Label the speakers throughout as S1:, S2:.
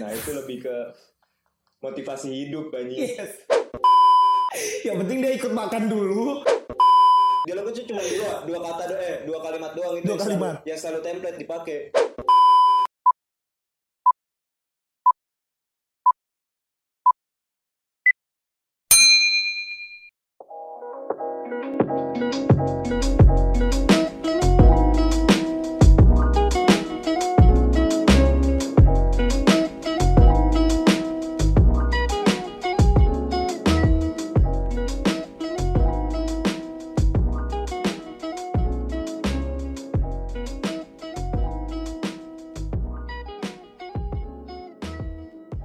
S1: Nah itu lebih ke motivasi hidup anjing.
S2: Yes. Yang penting dia ikut makan dulu.
S1: Dialog itu cuma dua, dua kata doang, eh, dua kalimat doang itu.
S2: Dua
S1: yang selalu-
S2: kalimat.
S1: Yang selalu template dipakai.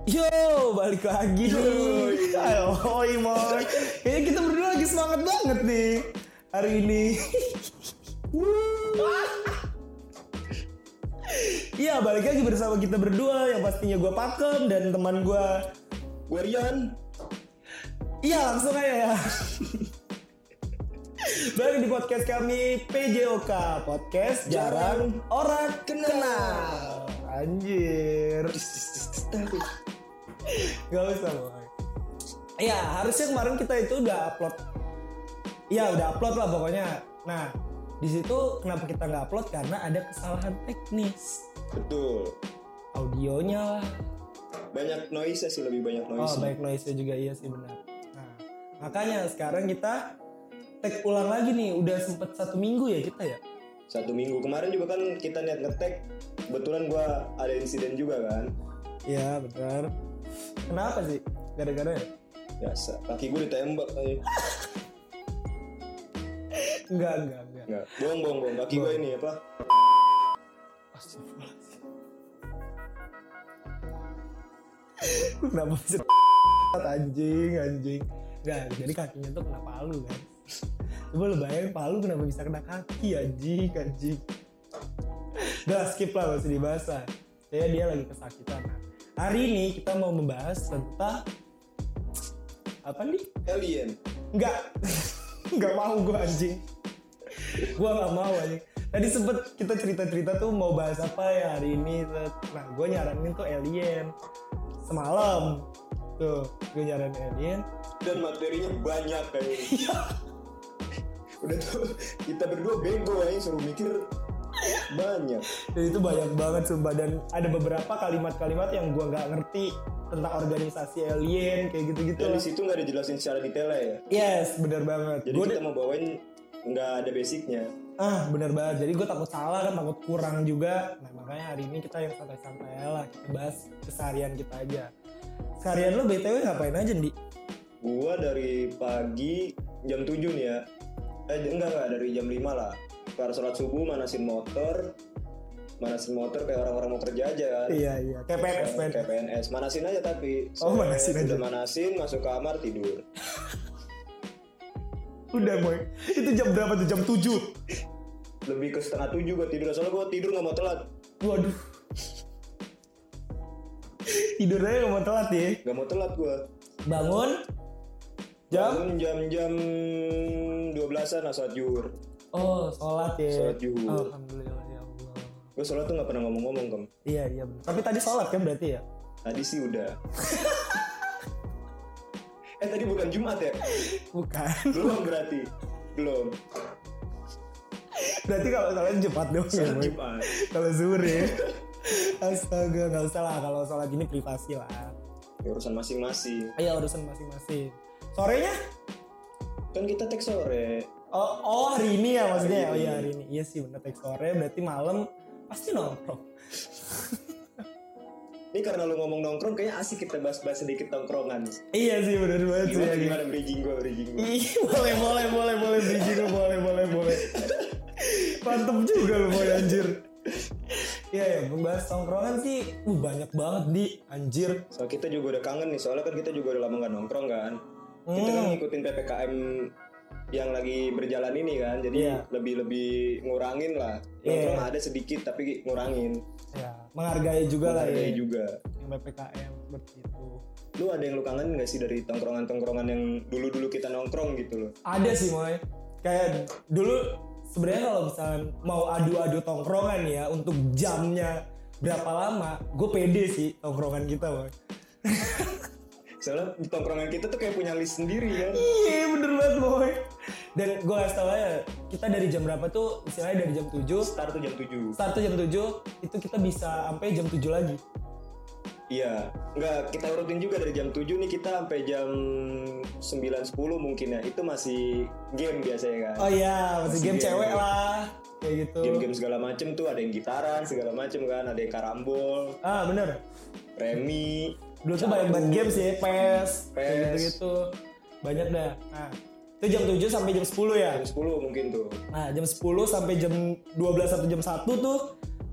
S2: Yo, balik lagi nih. Ayo, oi moy. Kayaknya kita berdua lagi semangat banget nih hari ini. Iya, balik lagi bersama kita berdua yang pastinya gua Pakem dan teman gua.
S1: Gue Rian.
S2: Iya, langsung aja ya. Balik di podcast kami PJOK Podcast Jarang Orang Kenal Anjir Gak usah boy Ya harusnya kemarin kita itu udah upload Ya udah upload lah pokoknya Nah di situ kenapa kita nggak upload karena ada kesalahan teknis
S1: Betul.
S2: audionya lah
S1: Banyak noise sih, lebih banyak
S2: oh
S1: noise.
S2: baik noise juga iya sih benar nah makanya sekarang kita tag ulang lagi nih udah sempet satu minggu ya kita ya
S1: Satu minggu kemarin juga kan kita niat ngetek. Kebetulan gue ada insiden juga kan.
S2: Iya benar kenapa sih gara-gara ya?
S1: Biasa. Kaki gue ditembak aja.
S2: enggak enggak enggak
S1: Nggak. Bohong, bohong, bohong. Kaki gue ini apa?
S2: Astagfirullahaladzim. kenapa bisa anjing anjing Enggak, jadi kakinya tuh kena palu kan coba lu bayangin palu kenapa bisa kena kaki anjing anjing udah skip lah masih dibahas lah saya dia lagi kesakitan Nah, hari ini kita mau membahas tentang apa nih
S1: Alien.
S2: Enggak. Enggak mau gue anjing. gue nggak mau anjing. Tadi sempet kita cerita-cerita tuh mau bahas apa ya hari ini. set. Nah gue nyaranin tuh alien. Semalam. Tuh gue nyaranin alien.
S1: Dan materinya banyak kayak. Udah tuh kita berdua bego aja suruh mikir banyak.
S2: Dan itu banyak banget sumpah. Dan ada beberapa kalimat-kalimat yang gue nggak ngerti tentang organisasi alien kayak gitu-gitu.
S1: Dan di
S2: lah.
S1: situ nggak dijelasin secara detail ya.
S2: Yes, bener banget.
S1: Jadi
S2: Gua
S1: kita mau bawain nggak ada basicnya.
S2: ah bener banget jadi gue takut salah kan takut kurang juga nah makanya hari ini kita yang santai-santai aja lah kita bahas keseharian kita aja seharian lo btw ngapain aja di
S1: Gua dari pagi jam 7 nih ya. Eh enggak enggak dari jam 5 lah. Kelar sholat subuh manasin motor. Manasin motor kayak orang-orang mau kerja aja kan.
S2: iya iya kayak PNS men
S1: Kayak PNS. Manasin aja tapi.
S2: Oh, manasin
S1: Udah
S2: aja.
S1: manasin masuk kamar tidur.
S2: udah boy itu jam berapa tuh jam 7
S1: Lebih ke setengah tujuh gua tidur soalnya gua tidur nggak mau telat.
S2: waduh tidurnya nggak mau telat ya
S1: Nggak mau telat gua.
S2: bangun jam
S1: Bangun Jam-jam 12-an lah sholat zuhur.
S2: oh sholat ya
S1: Sholat zuhur.
S2: alhamdulillah ya allah
S1: Gua sholat tuh nggak pernah ngomong-ngomong kem.
S2: iya iya bener. tapi tadi sholat kan berarti ya
S1: Tadi sih udah. eh tadi bukan Jumat ya?
S2: bukan
S1: Belum berarti. Belum.
S2: berarti kalau sholat cepat dong ya
S1: Soalnya
S2: boy
S1: Jumat.
S2: kalau zuhur ya astaga nggak usah lah kalau sholat gini privasi lah
S1: Ya, urusan masing-masing.
S2: ayo urusan masing-masing sorenya
S1: Kan kita tag sore.
S2: oh, oh hari ini ya maksudnya
S1: Hari
S2: oh
S1: ini.
S2: iya hari ini iya sih bener teks sore berarti malam pasti nongkrong
S1: Ini karena lu ngomong nongkrong kayaknya asik kita bahas-bahas sedikit tongkrongan.
S2: iya sih bener banget sih
S1: Gimana
S2: ya.
S1: gimana bridging gua, bridging gua.
S2: Ih, boleh boleh boleh boleh biji lu boleh boleh boleh mantep juga lu boy anjir Iya ya, membahas tongkrongan sih uh, banyak banget di anjir.
S1: Soal kita juga udah kangen nih, soalnya kan kita juga udah lama nggak nongkrong kan. Kita kan
S2: Hmm.
S1: ngikutin PPKM yang lagi berjalan ini kan, jadi
S2: Iya.
S1: lebih-lebih ngurangin lah.
S2: Iya.
S1: Nongkrong ada sedikit tapi ngurangin.
S2: Ya, menghargai juga lah
S1: Menghargai
S2: ya.
S1: juga.
S2: Yang PPKM seperti itu.
S1: Lu ada yang lu kangen gak sih dari tongkrongan-tongkrongan yang dulu-dulu kita nongkrong gitu loh?
S2: ada sih moy kayak dulu sebenarnya kalau misalnya mau adu-adu tongkrongan ya untuk jamnya berapa lama gue pede sih tongkrongan kita bang
S1: Soalnya di tongkrongan kita tuh kayak punya list sendiri kan.
S2: iya bener banget boy dan gue kasih tau aja kita dari jam berapa tuh misalnya dari jam 7
S1: Start tuh jam 7.
S2: start tuh jam 7 itu kita bisa sampai jam 7 lagi
S1: Iya. Enggak, kita urutin juga dari jam 7 nih kita sampai jam 9.10 mungkin ya. Itu masih game biasanya kan.
S2: oh iya masih game
S1: Iya.
S2: cewek lah kayak gitu
S1: Game-game segala macem tuh ada yang gitaran segala macem kan, ada yang karambol,
S2: ah bener
S1: remi,
S2: dulu tuh banyak banget game sih PES kayak
S1: PES.
S2: gitu-gitu banyak dah nah itu jam 7 sampai jam 10 ya
S1: jam 10 mungkin tuh.
S2: nah jam 10 sampai jam 12 sampai jam 1 tuh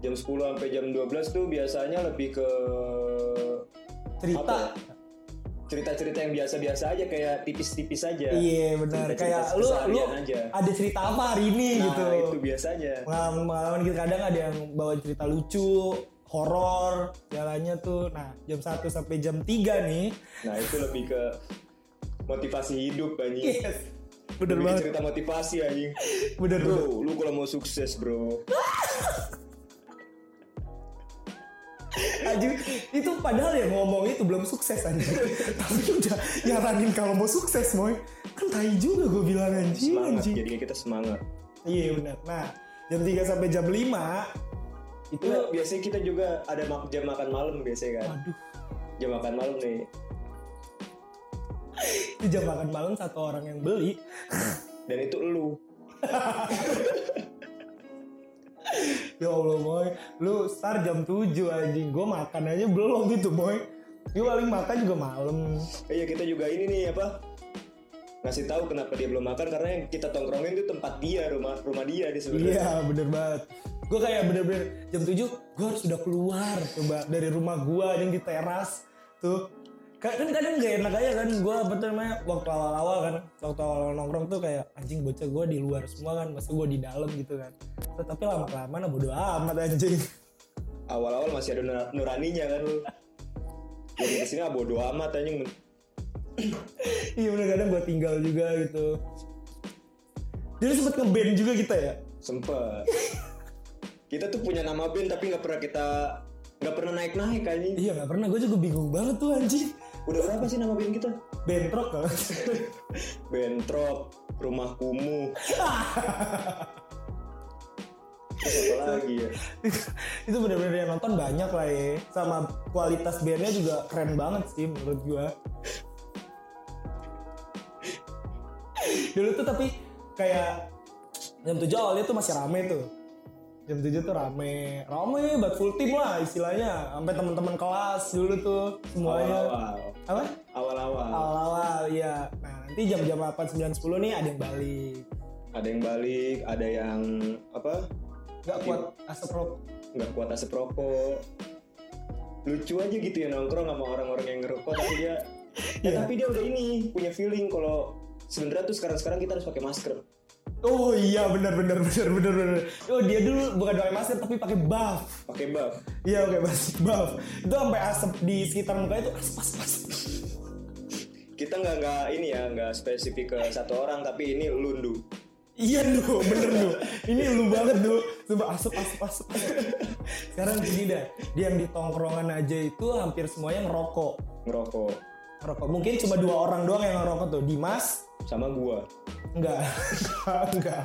S1: Jam 10 sampai jam 12 tuh biasanya lebih ke
S2: cerita
S1: Apa ya? cerita-cerita yang biasa-biasa aja kayak tipis-tipis aja.
S2: iya benar
S1: Cerita-cerita
S2: kayak lu lu
S1: keseharian aja.
S2: ada cerita apa hari ini
S1: Nah,
S2: gitu
S1: itu biasanya.
S2: pengalaman-pengalaman gitu kadang ada yang bawa cerita lucu horor jalannya tuh nah jam 1 sampai jam 3 nih
S1: Nah itu lebih ke motivasi hidup anjing.
S2: yes Iya,
S1: Lebih ke
S2: bener banget
S1: Iya. cerita motivasi anjing.
S2: bener banget Iya,
S1: Bro, lu kalau mau sukses bro.
S2: Anjir, itu padahal yang ngomong itu belum sukses anjir. Tapi udah nyaranin kalau mau sukses, moy. Kan tai juga gue bilang anjing,
S1: Semangat, ya.
S2: anjing.
S1: jadinya kita semangat.
S2: Iya benar. Nah, jam 3 sampai jam 5 itu
S1: Itu
S2: Iya.
S1: biasanya kita juga ada mak- jam makan malam biasanya kan.
S2: waduh,
S1: Jam makan malam nih.
S2: itu jam makan malam satu orang yang beli.
S1: Dan itu lu.
S2: Ya Allah, moy. Lu start jam 7 anjing. Gue makan aja belum gitu, moy. Gue paling makan juga malam.
S1: Eh, Iya kita juga ini nih apa? Ngasih tahu kenapa dia belum makan karena yang kita tongkrongin itu tempat dia, rumah rumah dia di sebenarnya.
S2: Iya, bener banget. Gue kayak bener-bener jam 7 gue harus udah keluar coba dari rumah gue yang di teras tuh. Ka- Kan kadang gak enak aja kan gue apa tuh namanya waktu awal-awal kan waktu awal nongkrong tuh kayak anjing bocah gue di luar semua kan masa gue di dalam gitu kan. Tetapi lama-kelamaan nah bodo amat anjing.
S1: Awal-awal masih ada nur- nuraninya kan lu. Jadi kesini ah bodo amat anjing.
S2: Iya bener kadang gue tinggal juga gitu. Jadi sempet ngeband juga kita ya.
S1: Sempet. kita tuh punya nama band tapi nggak pernah kita nggak pernah naik naik anjing.
S2: Iya nggak pernah gue juga bingung banget tuh anjing.
S1: Udah berapa sih nama band kita?
S2: Bentrok kan.
S1: Bentrok, Rumah Kumuh. Terus apa lagi ya?
S2: itu bener-bener yang nonton banyak lah ya sama kualitas bandnya juga keren banget sih menurut gua dulu tuh tapi kayak jam 7 awalnya tuh masih rame tuh jam 7 tuh rame rame banget full team lah istilahnya sampai teman-teman kelas dulu tuh semuanya
S1: Awal-awal.
S2: apa
S1: Awal-awal.
S2: awal-awal iya nah nanti jam-jam 8 9 10 nih ada yang balik
S1: Ada yang balik, ada yang apa?
S2: nggak kuat asap rokok
S1: nggak kuat asap rokok lucu aja gitu ya nongkrong sama orang-orang yang ngerokok tapi dia Ya,
S2: Iya.
S1: tapi dia udah ini punya feeling kalau sebenarnya tuh sekarang-sekarang kita harus pakai masker
S2: Oh iya benar benar benar benar benar. Oh dia dulu bukan pakai masker tapi pakai buff.
S1: pakai buff
S2: Iya pakai masker buff. Itu sampai asap di sekitar mukanya itu asap asap asap.
S1: kita nggak nggak ini ya nggak spesifik ke satu orang tapi ini lundu
S2: Iya lu bener lu. Ini lu banget lu. Coba asap asap asap. asap. Sekarang gini dah. Dia yang di tongkrongan aja itu hampir semuanya ngerokok.
S1: ngerokok
S2: Ngerokok. Mungkin cuma dua orang doang yang ngerokok tuh. Dimas
S1: sama gua
S2: enggak enggak.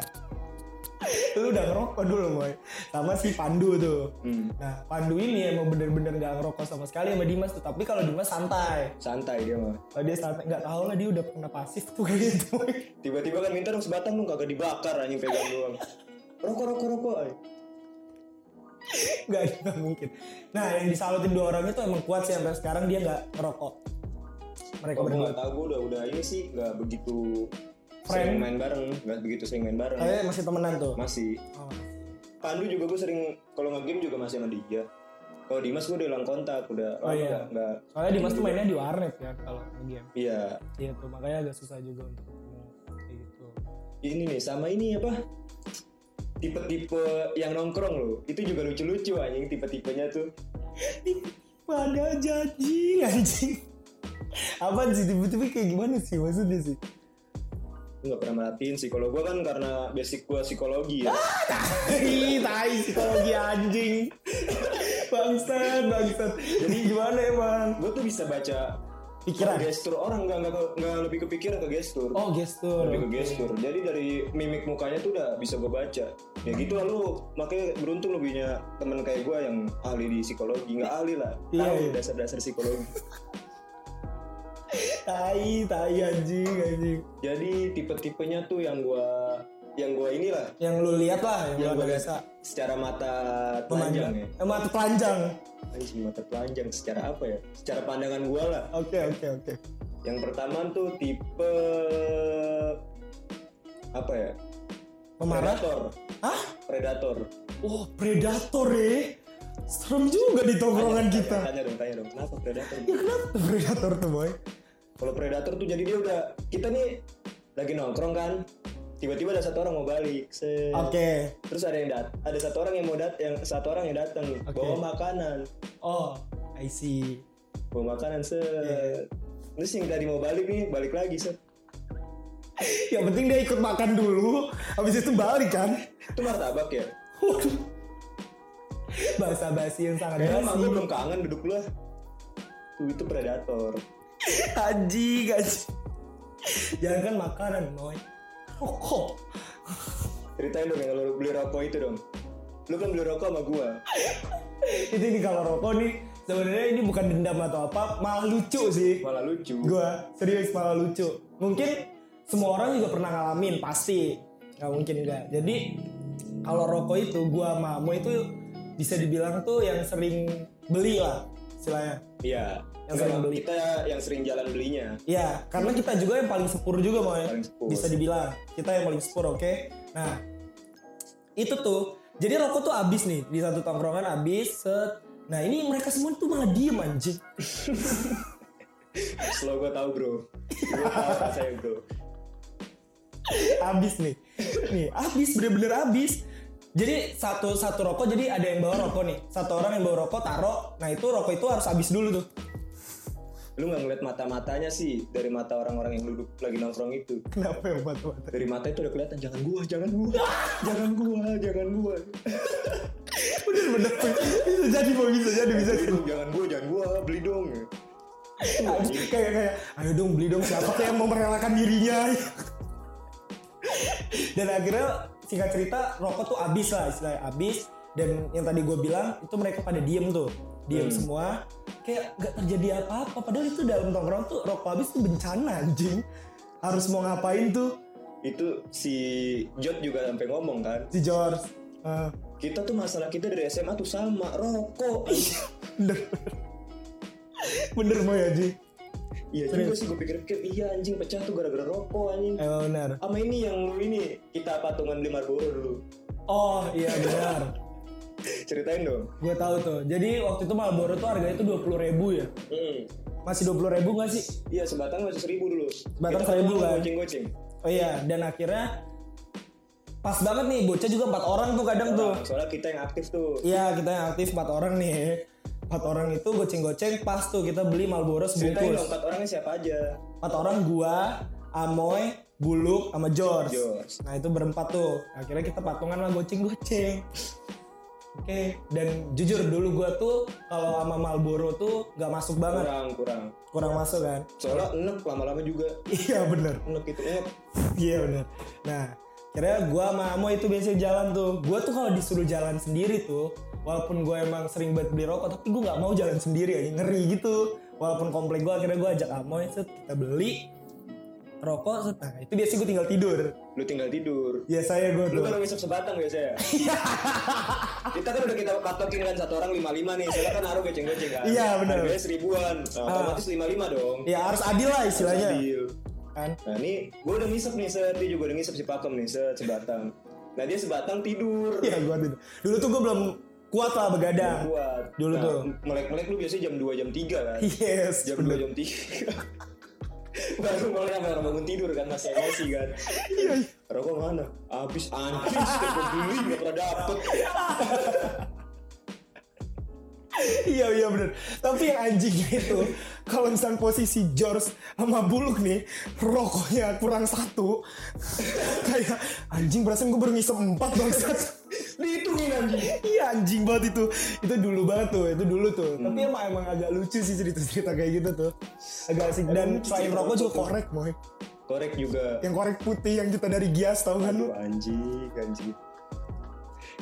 S2: Lu udah ngerokok dulu boy. Sama si Pandu tuh.
S1: Hmm,
S2: Nah, Pandu ini emang bener-bener gak ngerokok sama sekali sama Dimas tuh. Tapi kalau Dimas santai.
S1: santai dia mah
S2: Kalau dia santai, gak tau lah dia udah pernah pasif tuh kayak gitu.
S1: tiba-tiba kan minta dong sebatang dong kagak dibakar anjing pegang doang rokok rokok rokok ay.
S2: gak, gak mungkin. Nah, yang disalutin dua orang itu emang kuat sih. Sampai sekarang dia gak ngerokok. Mereka
S1: Oh, gua
S2: berdua.
S1: nggak tahu gua udah udah ini sih nggak begitu
S2: Friend.
S1: sering main bareng nggak begitu sering main bareng
S2: Kayaknya masih temenan tuh.
S1: masih
S2: Oh.
S1: Pandu juga gue sering kalau nge-game juga masih sama dia. Kalau Dimas gue udah hilang kontak, udah
S2: Oh,
S1: lama
S2: iya.
S1: nggak- nggak.
S2: Soalnya Dimas tuh mainnya di warnet ya kalau game.
S1: Iya.
S2: Iya tuh, makanya agak susah juga untuk ketemu. Kayak gitu.
S1: Ini nih sama ini apa? Tipe-tipe yang nongkrong loh. Itu juga lucu-lucu anjing tipe-tipenya tuh.
S2: Pada jadi anjing. Apaan sih tiba-tiba kayak gimana sih maksudnya sih?
S1: Gue gak pernah merhatiin sih. Kalau gue kan karena basic gue psikologi ya.
S2: Ih, tai psikologi anjing. bangsat bangsat jadi gimana emang
S1: gue tuh bisa baca
S2: pikiran
S1: gestur orang nggak nggak nggak lebih kepikiran ke gestur
S2: oh gestur
S1: lebih
S2: oke.
S1: ke gestur jadi dari mimik mukanya tuh udah bisa gue baca ya gitu lalu makanya beruntung lu punya temen kayak gue yang ahli di psikologi nggak ahli lah
S2: Iya,
S1: tahu
S2: iya.
S1: dasar-dasar psikologi
S2: tai tai anjing anjing
S1: jadi tipe-tipenya tuh yang gue yang gue inilah
S2: yang lu lihat lah
S1: Yang
S2: yang, lu
S1: gua
S2: biasa
S1: secara mata telanjang
S2: memandang
S1: ya
S2: eh, mata telanjang
S1: Anjing mata telanjang secara apa ya secara pandangan gue lah
S2: oke oke oke
S1: yang pertama tuh tipe apa ya
S2: pemarah
S1: predator
S2: Hah?
S1: predator
S2: oh predator ya serem juga di tongkrongan
S1: Tanya-
S2: kita
S1: tanya dong tanya dong kenapa predator
S2: ya kenapa predator tuh boy
S1: kalau predator tuh jadi dia udah kita nih lagi nongkrong kan tiba-tiba ada satu orang mau balik set.
S2: oke
S1: terus ada yang dat ada satu orang yang mau dat yang satu orang yang datang
S2: Oke.
S1: bawa makanan
S2: oh I see
S1: bawa makanan set
S2: Iya.
S1: terus yang tadi mau balik nih balik lagi set
S2: yang penting dia ikut makan dulu habis itu balik kan
S1: itu martabak ya
S2: Waduh. bahasa basi yang sangat
S1: Kayaknya emang gue
S2: basi
S1: belum kangen duduk lu ah. Tuh itu predator
S2: Anjing, anjing. Jangan kan makanan, Noy. Rokok.
S1: Ceritain dong yang lu beli rokok itu dong Lu kan beli rokok sama gua
S2: Itu nih kalau rokok nih sebenarnya ini bukan dendam atau apa, malah lucu sih.
S1: Malah lucu
S2: Gua serius malah lucu. Mungkin semua orang juga pernah ngalamin pasti. Gak mungkin enggak. Jadi kalau rokok itu gua sama Amoy itu bisa dibilang tuh yang sering beli lah istilahnya.
S1: Iya
S2: Yang sering
S1: Enggak,
S2: beli.
S1: Kita yang sering jalan belinya
S2: Ya, karena kita juga yang paling sepur juga, Moy.
S1: Paling sepur.
S2: Bisa dibilang, kita yang paling sepur, oke? Nah, itu tuh. Jadi rokok tuh abis nih, di satu tongkrongan abis, set. Nah, ini mereka semua tuh malah diem, anjing.
S1: Slow gua tahu bro Gua tahu rasanya bro
S2: abis nih. Nih, abis, bener-bener abis. Jadi satu satu rokok, jadi ada yang bawa rokok nih. Satu orang yang bawa rokok, taruh. Nah, itu rokok itu harus abis dulu tuh.
S1: Lu gak ngeliat mata-matanya sih Dari mata orang-orang yang duduk lagi nongkrong itu
S2: Kenapa ya, buat
S1: Dari mata itu udah kelihatan Jangan gua, jangan gua Jangan gua, jangan gua
S2: Bener-bener. bisa jadi, Moy. Bisa jadi, bisa
S1: Beli
S2: jadi.
S1: dong, Jangan gua, jangan gua Beli dong
S2: Aduh, kayak kayak ayo dong beli dong siapa kayak mau merelakan dirinya dan akhirnya singkat cerita rokok tuh abis lah istilahnya abis dan yang tadi gue bilang itu mereka pada diem tuh diem
S1: Hmm.
S2: semua kayak gak terjadi apa-apa padahal itu dalam tongkrong tuh rokok abis tuh bencana anjing harus mau ngapain tuh
S1: Itu si Jod juga sampai ngomong kan
S2: si George Ah,
S1: kita tuh masalah kita dari SMA tuh sama rokok
S2: bener bener mau ya Ji
S1: iya juga sih gue pikir-pikir iya anjing pecah tuh gara-gara rokok anjing
S2: emang Eh, bener
S1: sama ini yang lu ini kita patungan beli Marlboro dulu
S2: oh iya benar
S1: ceritain dong
S2: gue tahu tuh jadi waktu itu Marlboro tuh harganya itu dua ribu ya
S1: hmm.
S2: masih dua puluh ribu nggak sih?
S1: iya sebatang masih seribu dulu
S2: Sebatang
S1: Kita
S2: seribu, kan?
S1: goceng-goceng
S2: Oh iya, dan akhirnya pas banget nih bocah juga empat orang tuh kadang tuh.
S1: Nah, soalnya kita yang aktif tuh
S2: Iya kita yang aktif empat orang nih. Empat orang itu goceng-goceng pas tuh kita beli Marlboro
S1: ceritain dong
S2: sebungkus.
S1: empat orangnya siapa aja
S2: Empat orang gua, Amoy, Buluk, sama George.
S1: George.
S2: Nah itu berempat tuh. Akhirnya kita patungan lah goceng-goceng. Oke, dan jujur dulu gua tuh kalau sama Marlboro tuh nggak masuk banget,
S1: kurang kurang
S2: kurang masuk kan?
S1: soalnya enek lama-lama juga
S2: Iya bener.
S1: enek itu enek
S2: Iya benar. Nah, kira gua sama Amoy itu biasanya jalan tuh. Gua tuh kalau disuruh jalan sendiri tuh, walaupun gua emang sering banget beli rokok, tapi gua nggak mau jalan sendiri aja ngeri gitu. Walaupun komplek gua akhirnya gua ajak Amoy set kita beli rokok set. Nah, itu biasanya gua tinggal tidur.
S1: lu tinggal tidur
S2: Biasanya gua Iya.
S1: lu
S2: tuh.
S1: baru ngisep sebatang biasanya kita kan udah kita patokin kan satu orang lima lima nih soalnya kan harus goceng goceng kan
S2: Iya, Ah. benar.
S1: harganya seribuan nah, otomatis lima lima dong
S2: Ya harus adil lah istilahnya.
S1: Adil.
S2: Kan?
S1: nah ini gue udah ngisep nih set dia juga udah ngisep si pakem nih set sebatang nah dia sebatang tidur
S2: Iya gua tidur. Dulu tuh gua belum kuat lah begadang.
S1: buat
S2: Dulu
S1: nah,
S2: tuh.
S1: melek melek lu biasanya jam 2 jam 3 kan
S2: Yes,
S1: jam
S2: bener.
S1: 2 jam 3 baru mulai sama orang bangun tidur kan masih emosi kan
S2: Iya, iya.
S1: rokok mana abis anjing setiap gue beli gak pernah dapet
S2: iya iya bener tapi yang anjingnya itu kalau misalnya posisi George sama Buluk nih rokoknya kurang satu kayak anjing perasaan gue baru ngisep empat bangsat dihitungin anjing iya anjing banget itu itu dulu banget tuh itu dulu tuh
S1: Hmm.
S2: tapi emang emang agak lucu sih cerita cerita kayak gitu tuh agak asik dan
S1: Emang lucu
S2: selain
S1: cerita
S2: rokok
S1: lucu
S2: juga
S1: tuh.
S2: korek boy
S1: korek juga
S2: yang korek putih yang kita dari Gias tau kan Iya, lu
S1: aduh anjing anjing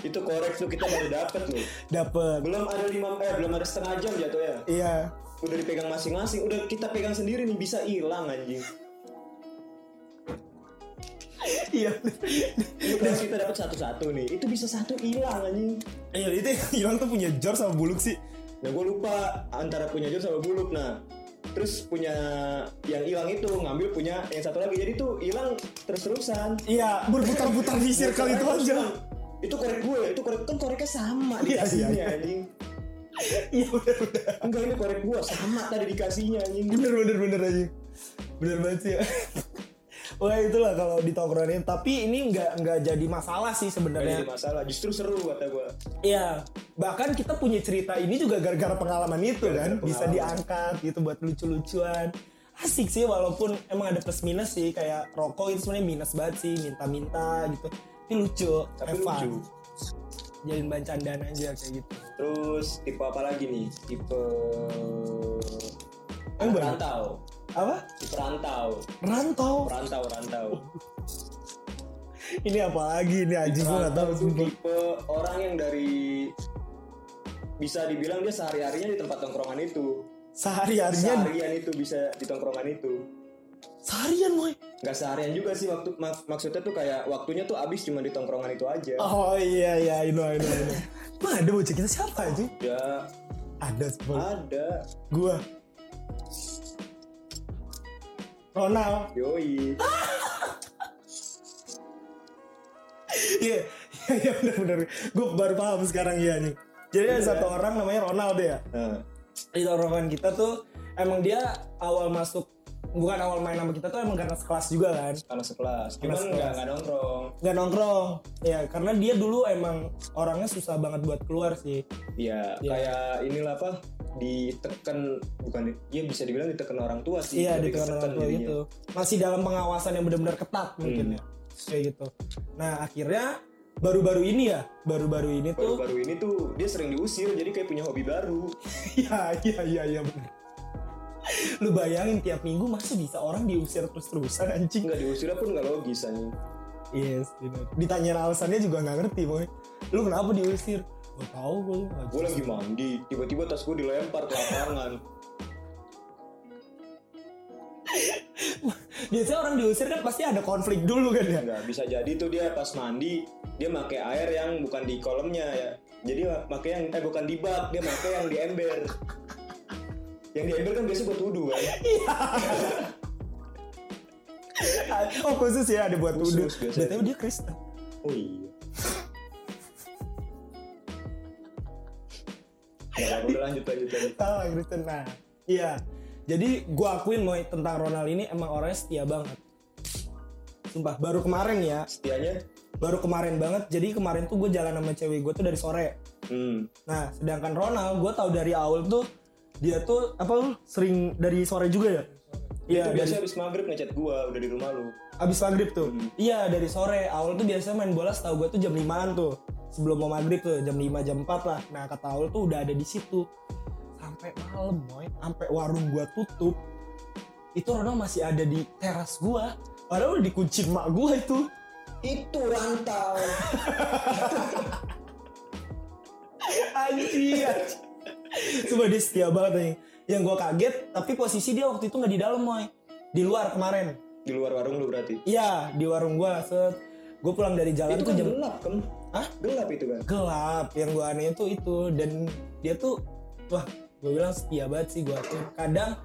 S1: itu korek tuh kita baru dapet loh
S2: dapet
S1: belum ada lima eh belum ada setengah jam jatuhnya
S2: iya
S1: udah dipegang masing-masing udah kita pegang sendiri nih bisa hilang anjing
S2: iya
S1: Ini kalau kita dapat satu-satu nih itu bisa satu hilang anjing
S2: iya itu yang hilang tuh punya George sama Buluk sih
S1: Nah gue lupa antara punya Jor sama Buluk nah terus punya yang hilang itu ngambil punya yang satu lagi jadi tuh hilang terus terusan
S2: Iya, berputar-putar di circle itu aja.
S1: itu korek gue itu korek kan koreknya sama dikasihnya
S2: Iya, iya,
S1: anjing
S2: Iya bener bener.
S1: enggak ini korek gue sama tadi dikasihnya anjing
S2: Bener bener bener aja. Bener banget sih. ya. Wah itulah kalau di tongkrongan ini. Tapi ini nggak nggak jadi masalah sih
S1: Gak jadi
S2: sebenarnya.
S1: masalah justru seru kata gue
S2: Iya. Bahkan kita punya cerita ini juga gara-gara pengalaman itu kan,
S1: Gara-gara
S2: bisa
S1: pengalaman.
S2: diangkat gitu buat lucu-lucuan. Asik sih walaupun emang ada plus minus sih kayak rokok itu sebenarnya minus banget sih minta-minta gitu. Tapi lucu,
S1: Tapi
S2: have fun.
S1: lucu.
S2: Jadiin bahan candaan aja kayak gitu.
S1: terus tipe apa lagi nih tipe
S2: Oh, banyak.
S1: rantau
S2: Apa?
S1: tipe rantau
S2: Rantau.
S1: rantau rantau
S2: Ini apa lagi ini anjing gue nggak tahu
S1: Rantau tuh
S2: sumpah.
S1: tipe orang yang dari bisa dibilang dia sehari-harinya di tempat tongkrongan itu
S2: sehari-harinya
S1: seharian itu bisa di tongkrongan itu
S2: seharian moy
S1: nggak seharian juga sih waktu mak- maksudnya tuh kayak waktunya tuh habis cuma di tongkrongan itu aja
S2: oh iya iya I know I know I know Emang ada bocah kita siapa Ah. aja
S1: ya
S2: ada semua
S1: ada
S2: gua Ronald
S1: yoi
S2: iya iya iya benar benar gua baru paham sekarang iya nih jadi ada satu orang namanya Ronald ya
S1: nah,
S2: di tongkrongan kita tuh emang dia awal masuk bukan awal main sama kita tuh emang karena sekelas juga kan
S1: karena sekelas
S2: Anak
S1: cuman
S2: sekelas.
S1: nggak nggak nongkrong
S2: nggak nongkrong ya karena dia dulu emang orangnya susah banget buat keluar sih
S1: ya
S2: Iya.
S1: kayak inilah apa diteken bukan di- ya bisa dibilang diteken orang tua sih
S2: Iya di
S1: lebih
S2: kanan
S1: keteken
S2: orang tua
S1: jadinya.
S2: gitu. Masih dalam pengawasan yang benar-benar ketat mungkin
S1: Hmm.
S2: ya. Kayak gitu. Nah akhirnya baru-baru ini ya, baru-baru ini tuh,
S1: baru-baru ini tuh dia sering diusir jadi kayak punya hobi baru
S2: iya iya iya iya benar. Lu bayangin tiap minggu masih bisa orang diusir terus-terusan anjing.
S1: nggak diusir pun nggak logis anjing
S2: Yes, bener. Ditanya alasannya juga nggak ngerti boy. Lu kenapa diusir? Gak tahu gue.
S1: gue lagi mandi tiba-tiba tas gue dilempar ke lapangan
S2: Biasanya orang diusir kan pasti ada konflik dulu kan ya.
S1: nggak bisa jadi tuh dia pas mandi dia pakai air yang bukan di kolamnya ya jadi pakai yang eh bukan di bak dia pakai yang di ember yang di ember kan biasa buat wudhu kan
S2: Oh khusus ya ada buat
S1: Iya. Khusus,
S2: wudhu.
S1: biasanya.
S2: Berarti dia Kristen.
S1: oh iya Ya, udah lanjut lanjut lanjut.
S2: Tahu Kristen. Nah, iya. Jadi gua akuin mau tentang Ronald ini emang orangnya setia banget. Sumpah, baru kemarin ya,
S1: Setianya,
S2: baru kemarin banget. Jadi kemarin tuh gue jalan sama cewek gue tuh dari sore.
S1: hmm,
S2: Nah, sedangkan Ronald gue tahu dari awal tuh dia tuh apa lu sering dari sore juga ya? Iya,
S1: itu
S2: dari
S1: biasa habis maghrib ngechat gua udah di rumah lu.
S2: abis maghrib tuh.
S1: Hmm.
S2: Iya, dari sore. Awal tuh biasanya main bola setahu gue tuh jam 5-an tuh. Sebelum mau maghrib tuh, jam 5, jam 4 lah. Nah, kata Aul tuh udah ada di situ. Sampai malam, boy. Sampai warung gua tutup. Itu Ronald masih ada di teras gua. Padahal udah dikunci emak gua itu.
S1: Itu rantau.
S2: Anjir. anjir. Coba dia setia banget nih. Yang gua kaget, tapi posisi dia waktu itu nggak di dalam, boy. Di luar kemarin.
S1: di luar warung lu berarti.
S2: Iya, di warung gua. Set. Gue pulang dari jalan
S1: itu
S2: tuh
S1: kan
S2: jam
S1: gelap kan?
S2: Hah?
S1: Gelap itu kan?
S2: gelap yang gue aneh itu itu dan dia tuh wah gue bilang setia banget sih gue tuh kadang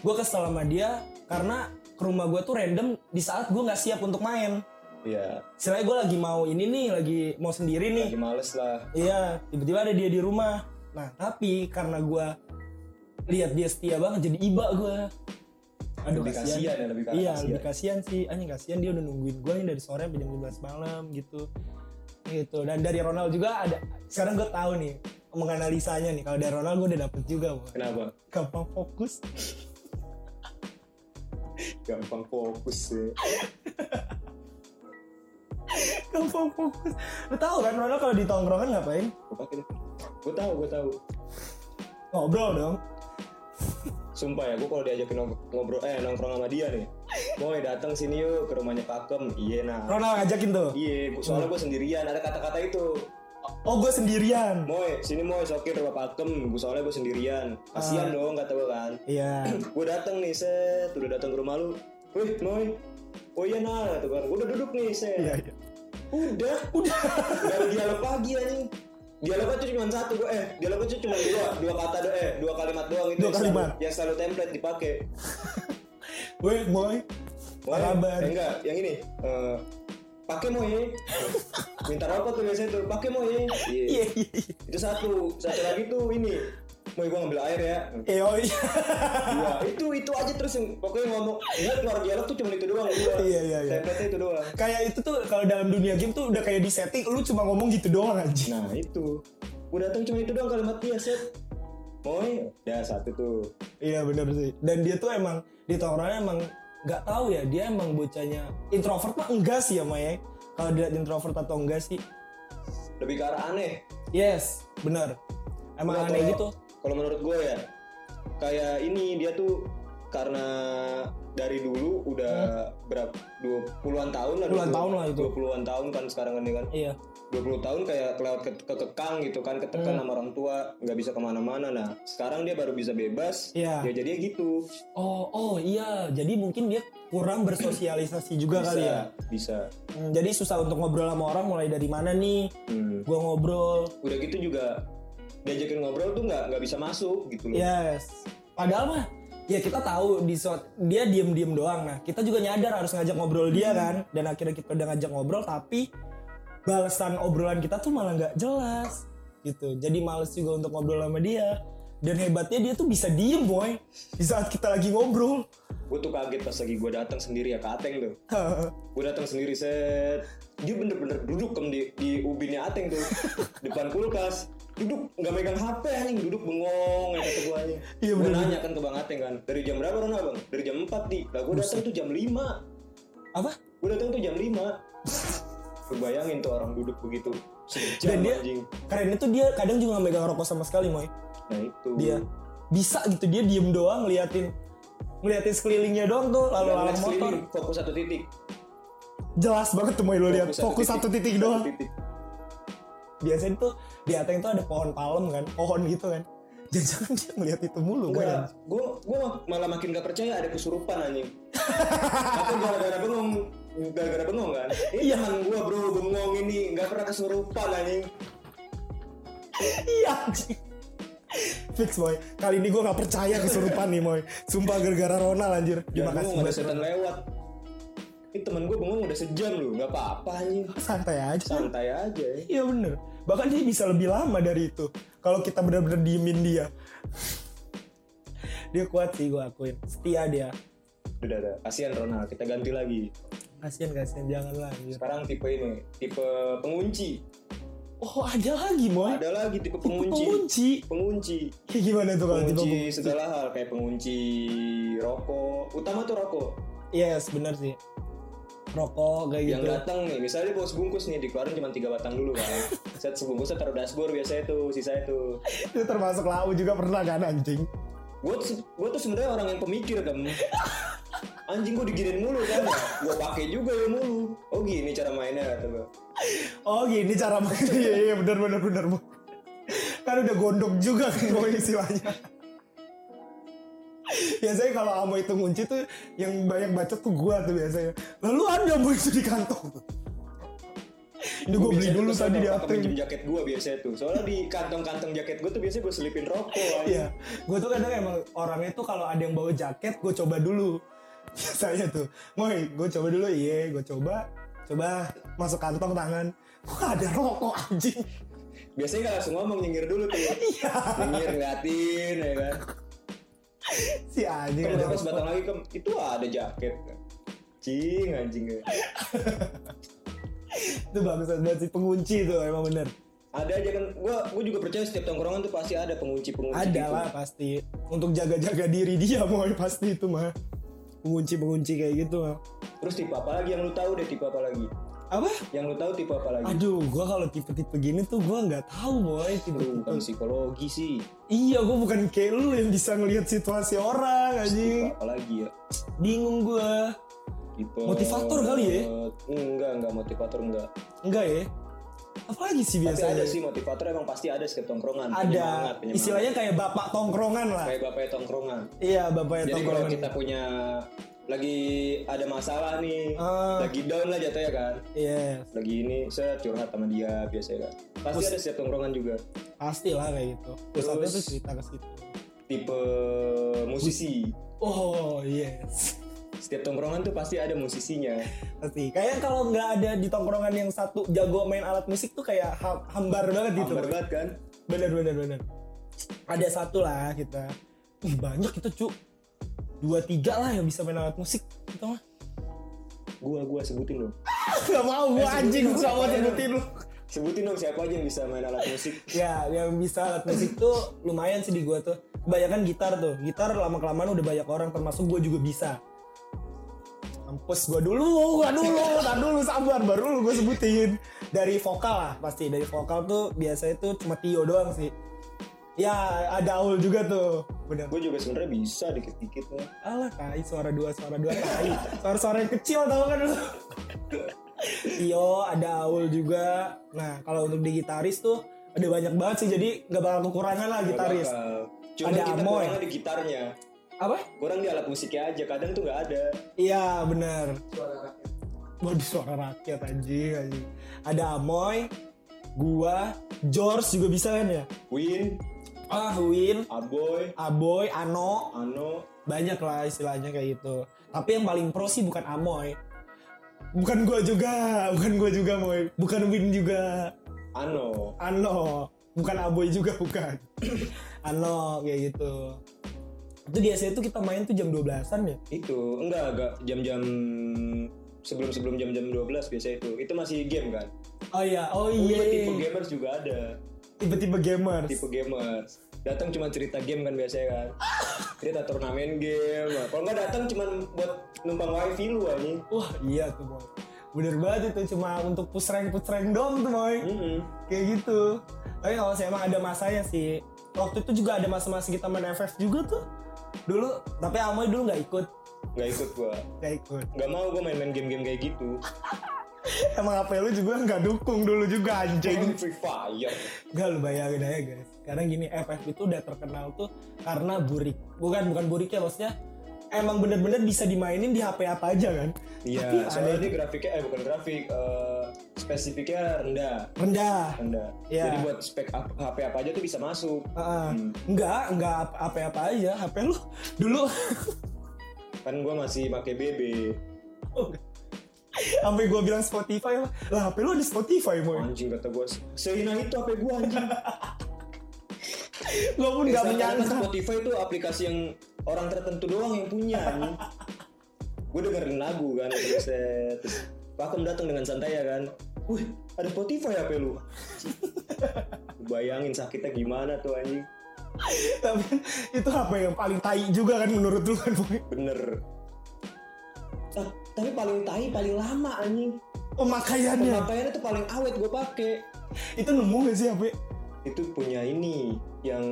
S2: gue kesel sama dia karena ke rumah gue tuh random di saat gue nggak siap untuk main
S1: Iya.
S2: selain gue lagi mau ini nih lagi mau sendiri nih
S1: Lagi males lah.
S2: iya tiba-tiba ada dia di rumah nah tapi karena gue lihat dia setia banget jadi iba gue aduh
S1: lebih
S2: kasihan
S1: kasihan ya, lebih
S2: iya
S1: kasihan.
S2: lebih kasihan sih anjing kasihan dia udah nungguin gue dari sore sampai jam 12 malam gitu gitu dan dari Ronald juga ada sekarang gue tahu nih menganalisanya nih kalau dari Ronald gue udah dapet juga Bang.
S1: Kenapa?
S2: gampang fokus
S1: Gampang fokus sih.
S2: gampang fokus lu tahu kan Ronald kalau di tongkrongan ngapain
S1: Gue pakai. Gue tahu, gue tahu.
S2: ngobrol dong
S1: Sumpah ya, gue kalau diajakin nong- ngobrol, eh nongkrong sama dia nih. Boy datang sini yuk ke rumahnya Pakem. Iya nah.
S2: Ronald ngajakin tuh
S1: Iya, gua- soalnya gue sendirian. Ada kata-kata itu.
S2: oh gue sendirian
S1: Moy, sini Moy, sokin rumah Pakem. Gue soalnya gue sendirian. Kasian dong kata gue kan.
S2: iya
S1: gue datang nih set udah datang ke rumah lu wih moy oh iya nah tuh kan udah duduk nih set
S2: iya
S1: udah udah gak ada dialog lagi anjing dialognya tuh cuma satu gue eh dialognya tuh cuma dua dua kata doang eh dua kalimat doang itu
S2: Dua
S1: yang selalu-
S2: kalimat.
S1: yang selalu template dipakai
S2: weh boy
S1: Moy,
S2: Apa kabar?
S1: eh, enggak yang ini eh, pakai moy minta rokok tuh biasanya tuh pakai moy Iya.
S2: iya iya iya
S1: itu satu satu lagi tuh ini moy gue ngambil air ya
S2: Eh, oh, iya
S1: Dua. itu itu aja terus yang pokoknya ngomong dia keluar dialog tuh cuma itu doang dua.
S2: Iya, iya, iya.
S1: template itu doang
S2: kayak itu tuh kalau dalam dunia game tuh udah kayak di setting lu cuma ngomong gitu doang aja
S1: nah itu gue datang cuma itu doang kalimat dia set moy udah satu tuh
S2: Iya benar sih. Dan dia tuh emang di tongkrongan emang nggak tahu ya dia emang bocahnya introvert mah enggak sih ya Maya. Kalau dia introvert atau enggak sih?
S1: lebih ke arah aneh
S2: Yes, benar. Emang
S1: Nah, kalau-
S2: aneh gitu.
S1: kalau menurut gue ya kayak ini dia tuh karena dari dulu udah berapa dua puluhan tahun lah
S2: 20-an Hmm. tahun lah itu.
S1: dua puluhan tahun kan sekarang kan dia kan
S2: Iya.
S1: 20 tahun kayak kelewat ke kekekang gitu kan
S2: Hmm.
S1: ketekan sama orang tua nggak bisa kemana-mana nah sekarang dia baru bisa bebas
S2: Iya.
S1: ya jadinya gitu
S2: Oh, oh iya. Jadi mungkin dia kurang bersosialisasi juga
S1: bisa
S2: kali ya.
S1: bisa
S2: Hmm, jadi susah untuk ngobrol sama orang mulai dari mana nih?
S1: Hmm.
S2: Gua ngobrol.
S1: udah gitu juga diajakin ngobrol tuh nggak nggak bisa masuk gitu
S2: Iya.
S1: loh
S2: Yes. Padahal mah ya kita tahu di suat- dia diem-diem doang. Nah kita juga nyadar harus ngajak ngobrol dia
S1: Hmm.
S2: kan. Dan akhirnya kita udah ngajak ngobrol tapi balasan obrolan kita tuh malah nggak jelas gitu. Jadi males juga untuk ngobrol sama dia. Dan hebatnya dia tuh bisa diem boy di saat kita lagi ngobrol.
S1: gue tuh kaget pas lagi gue datang sendiri ya kateng tuh gue datang sendiri set dia bener-bener duduk kem di, di ubinnya ateng tuh depan kulkas duduk nggak megang hp anjing duduk bengong ya kata gue anjing
S2: Iya,
S1: gue
S2: bener-bener.
S1: nanya kan ke bang ateng kan dari jam berapa Ronald bang dari jam 4 di lah gue datang tuh jam 5
S2: Apa?
S1: gue datang tuh jam 5 Lu bayangin tuh orang duduk begitu sejam
S2: Dan dia
S1: anjing
S2: keren itu dia kadang juga nggak megang rokok sama sekali boy.
S1: nah itu
S2: Dia bisa gitu dia diem doang ngeliatin ngeliatin sekelilingnya doang tuh lalu
S1: Nggak Iya,
S2: lalang
S1: ngeliat
S2: motor
S1: sekeliling, fokus satu titik
S2: jelas banget tuh Moy lo lihat fokus satu titik doang
S1: Satu titik.
S2: biasanya tuh di Ateng tuh ada pohon palem kan pohon gitu kan jangan-jangan dia ngeliat itu mulu gue
S1: Enggak, gue gue malah makin gak percaya ada kesurupan anjing. Tapi gara-gara bengong, gara-gara bengong kan? Ini
S2: Iya.
S1: teman gue bro bengong ini nggak pernah kesurupan anjing.
S2: iya anjing. fix boy kali ini gue gak percaya kesurupan nih Moy sumpah gara-gara Ronald anjir
S1: Dia
S2: terima kasih
S1: bengong ada
S2: buat
S1: setan lewat. Ini teman gue bengong udah sejam loh, nggak apa-apa anjing.
S2: santai aja
S1: Santai aja. ya.
S2: iya bener bahkan dia bisa lebih lama dari itu kalau kita benar-benar diemin dia dia kuat sih gue akuin setia dia
S1: Udah, udah. Kasihan Ronald, kita ganti lagi.
S2: kasian kasian janganlah anjir
S1: Sekarang tipe ini, tipe pengunci.
S2: oh ada lagi Moy
S1: Ada lagi tipe
S2: Tipe
S1: pengunci.
S2: pengunci
S1: Pengunci.
S2: kayak gimana tuh kalau tipe
S1: Pengunci
S2: pengunci?
S1: segala hal kayak pengunci rokok, utama tuh rokok.
S2: Yes, benar sih. Rokok kayak
S1: yang
S2: gitu.
S1: datang nih misalnya dia bawa sebungkus nih dikeluarin cuma tiga batang dulu kan set sebungkusnya taruh dashboard biasanya tuh sisa itu
S2: Itu termasuk lau juga pernah kan anjing.
S1: gue tuh gue tuh sebenarnya orang yang pemikir kan anjing gue diginiin mulu kan gue pakai juga ya mulu oh gini cara mainnya kata gue
S2: Oh gini cara makan. Iya iya benar benar benar. Bu. Kan udah gondok juga kan mau istilahnya. biasanya kalau Amo itu ngunci tuh yang banyak baca tuh gua tuh biasanya. Lalu ada Amo itu di kantong. Ini gue beli
S1: Biasanya
S2: dulu
S1: tuh
S2: tadi di
S1: sama
S2: Ateng.
S1: pinjem jaket gue biasanya tuh soalnya di kantong-kantong jaket gue tuh biasanya gue selipin rokok kan. anjing.
S2: Iya, gue tuh kadang emang orangnya tuh kalau ada yang bawa jaket, gue coba dulu. Biasanya tuh, Moy, gue coba dulu, iya, gue coba, coba masuk kantong tangan. Wah ada rokok anjing.
S1: biasanya nggak langsung ngomong nyengir dulu tuh
S2: Iya.
S1: nyengir ngeliatin ya kan
S2: Si anjing
S1: Kem
S2: ada
S1: berapa
S2: rokok.
S1: sebatang lagi kem itu ada jaket cing anjing ya.
S2: Itu bagus banget sih pengunci tuh emang bener.
S1: ada aja kan gue gue juga percaya setiap tongkrongan tuh pasti ada gitu. pengunci pengunci
S2: ada lah pasti untuk jaga-jaga diri dia mau pasti itu mah pengunci-pengunci kayak gitu mah.
S1: terus tipe apa lagi yang lu tahu deh tipe apa lagi
S2: apa
S1: yang lu tahu tipe apa lagi
S2: aduh gua kalau tipe-tipe gini tuh gua nggak tahu boy
S1: Lu
S2: tipe-tipe
S1: bukan psikologi sih
S2: iya gua bukan kayak lu yang bisa ngelihat situasi
S1: tipe
S2: orang anjing
S1: apa lagi ya
S2: bingung gua
S1: tipe Hmm,
S2: Motivator kali ya?
S1: enggak enggak motivator enggak
S2: enggak ya apalagi sih
S1: tapi ada
S2: biasanya
S1: sih motivator emang pasti ada setiap tongkrongan
S2: Iya, ya. ada
S1: penyemangat, penyemangat.
S2: istilahnya kayak bapak tongkrongan lah
S1: kayak bapaknya tongkrongan
S2: iya bapaknya
S1: Jadi kalau
S2: tongkrongan
S1: kita punya lagi ada masalah nih,
S2: Ah.
S1: lagi down lah jatuhnya kan.
S2: iya
S1: Lagi ini saya curhat sama dia biasanya kan. Pasti ada setiap tongkrongan juga
S2: pasti lah kayak gitu pusatnya tuh cerita ke situ
S1: tipe musisi.
S2: oh yes
S1: Setiap tongkrongan tuh pasti ada musisinya.
S2: pasti kayak kalau nggak ada di tongkrongan yang satu jago main alat musik tuh kayak ha- hambar banget gitu
S1: Ambar banget kan.
S2: bener bener bener ada satu lah kita Ih, banyak kita cu dua tiga lah yang bisa main alat musik kita mah
S1: Gua gua sebutin dong.
S2: nggak mau gua anjing
S1: dong,
S2: gak
S1: siapa
S2: mau
S1: ya?
S2: sebutin lu
S1: Sebutin dong siapa aja yang bisa main alat musik.
S2: ya yang bisa alat musik tuh lumayan sih di gua tuh kebanyakan gitar tuh gitar lama kelamaan udah banyak orang termasuk gua juga bisa kampus gua dulu gua dulu tar dulu sabar baru lu gua sebutin dari vokal lah pasti dari vokal tuh biasanya tuh cuma Tio doang sih ya ada Aul juga tuh bener
S1: Gua juga sebenarnya bisa dikit-dikit nih.
S2: alah tai suara dua suara dua tai suara suara yang kecil tau kan lu Tio ada Aul juga nah kalau untuk di gitaris tuh ada banyak banget sih jadi nggak bakal kekurangan lah gitaris
S1: Cuma
S2: Ada
S1: kita
S2: Amoy.
S1: kurang di gitarnya.
S2: apa
S1: Kurang di alat musiknya aja. Kadang tuh nggak ada.
S2: iya benar suara rakyat waduh suara rakyat anjing anjing ada Amoy gua George juga bisa kan ya
S1: Win,
S2: ah Win
S1: Aboy,
S2: Aboy Ano
S1: Ano,
S2: banyak lah istilahnya kayak gitu tapi yang paling pro sih bukan Amoy bukan gua juga bukan gua juga Moy bukan Win juga
S1: Ano.
S2: Ano bukan Aboy juga bukan Ano kayak gitu itu biasanya tuh kita main tuh jam 12-an ya
S1: itu enggak agak jam-jam sebelum sebelum jam-jam 12 biasa itu itu masih game kan
S2: oh iya oh
S1: Juga tipe
S2: iya
S1: gamers juga ada
S2: tipe-tipe gamers
S1: tipe gamers datang cuma cerita game kan biasanya kan cerita turnamen game kalau nggak datang cuma buat numpang wifi lu aja
S2: wah iya tuh Moy bener banget itu cuma untuk pusreng-pusreng dong tuh Moy
S1: Mm-mm.
S2: kayak gitu tapi kalau saya emang ada masanya sih waktu itu juga ada masa-masa kita main FF juga tuh dulu tapi Amoy dulu nggak ikut
S1: nggak ikut gua
S2: nggak ikut
S1: nggak mau gua main-main game-game kayak gitu
S2: emang apa lu juga nggak dukung dulu juga anjing
S1: Main free fire
S2: Gak lu bayangin aja guys Sekarang gini FF itu udah terkenal tuh Karena burik Bukan bukan burik ya maksudnya Emang bener-bener bisa dimainin di HP apa aja kan Tapi
S1: iya
S2: ada
S1: soalnya dia grafiknya eh bukan grafik eh, spesifiknya rendah
S2: Rendah
S1: rendah
S2: Iya.
S1: jadi buat spek ap- HP apa aja tuh bisa masuk
S2: Heeh.
S1: Hmm.
S2: Enggak Enggak ap- apa-apa aja HP lu Dulu
S1: kan gua masih pakai BB
S2: Sampai gua bilang Spotify lah Lah HP lu ada Spotify boy
S1: anjing kata gue sehina itu HP gue anjing iya.
S2: Gua pun
S1: Gak
S2: gak menyangka
S1: kan Spotify itu aplikasi yang orang tertentu doang yang punya anjing gue dengerin lagu kan terus eh, terus Pakem datang dengan santai ya kan wih ada Spotify HP lu Lu bayangin sakitnya gimana tuh anjing
S2: Tapi itu HP yang paling tai juga kan menurut lu kan boy
S1: bener Ah, tapi paling tai paling lama anjing
S2: Pemakaiannya
S1: pemakaiannya tuh paling awet gue pakai
S2: Itu nemu gak sih HP
S1: itu punya ini yang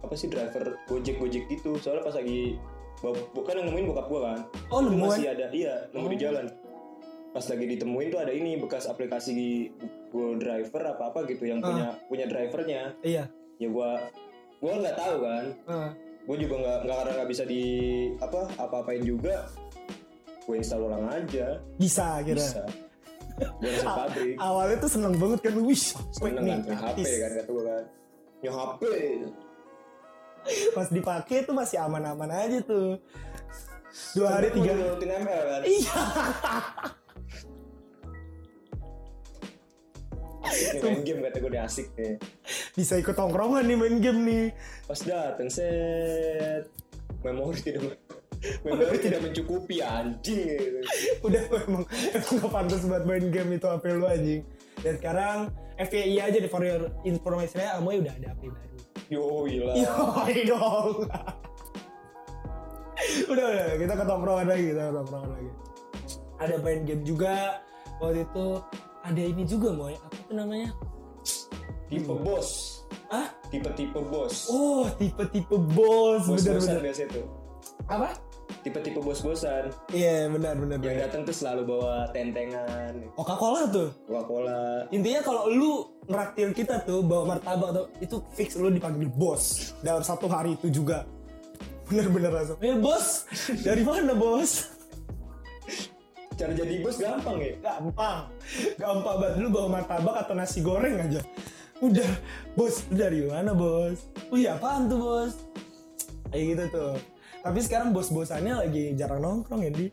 S1: apa sih driver gojek gojek gitu soalnya pas lagi bap- bukan yang nemuin bokap gua kan
S2: Oh
S1: Itu
S2: nemuan
S1: masih ada iya nemu di
S2: Oh.
S1: jalan pas lagi ditemuin tuh ada ini bekas aplikasi Go Driver apa apa gitu
S2: Ah.
S1: yang punya punya drivernya
S2: Iya
S1: ya gua gua nggak tahu kan
S2: Heeh.
S1: gua juga nggak nggak karena nggak bisa di apa apa apain juga gua install ulang aja
S2: Bisa kira
S1: bisa gua
S2: Ah,
S1: langsung pabrik
S2: awalnya tuh seneng banget kan wish
S1: seneng kan punya HP kan kata gua kan punya HP
S2: pas dipakai tuh masih aman-aman aja tuh dua
S1: Sebenarnya
S2: hari tiga
S1: mau nurutin ML kan
S2: iya
S1: Ini main game kata gue udah asik nih
S2: bisa ikut tongkrongan nih main game nih
S1: pas dateng set memori tidak men- memori tidak mencukupi anjing gitu.
S2: udah emang emang gak pantas buat main game itu HP lu anjing dan sekarang FYI aja deh for your information aja Amoy udah ada HP baru
S1: Yo gila.
S2: Iya. Yoi dong Udah udah kita ketongkrongan lagi kita ketongkrongan lagi Ada main game juga Waktu itu ada ini juga Moy Apa tuh namanya?
S1: Tipe bos.
S2: Ah?
S1: Tipe-tipe bos.
S2: Oh tipe-tipe bos
S1: Bos-bosan
S2: Bener-bener
S1: biasa itu.
S2: Apa?
S1: Tipe-tipe bos-bosan.
S2: Iya benar-benar
S1: Yang datang tuh selalu bawa tentengan,
S2: Coca-Cola tuh
S1: Coca-Cola.
S2: intinya kalau lu ngeraktir kita tuh bawa martabak tuh itu fix lu dipanggil bos dalam satu hari itu juga bener-bener langsung eh bos dari mana bos
S1: Cara jadi bos gampang ya.
S2: gampang gampang banget lu bawa martabak atau nasi goreng aja udah bos lu dari mana bos wih Oh, iya, apaan tuh bos kayak gitu tuh tapi sekarang bos-bosannya lagi jarang nongkrong ya di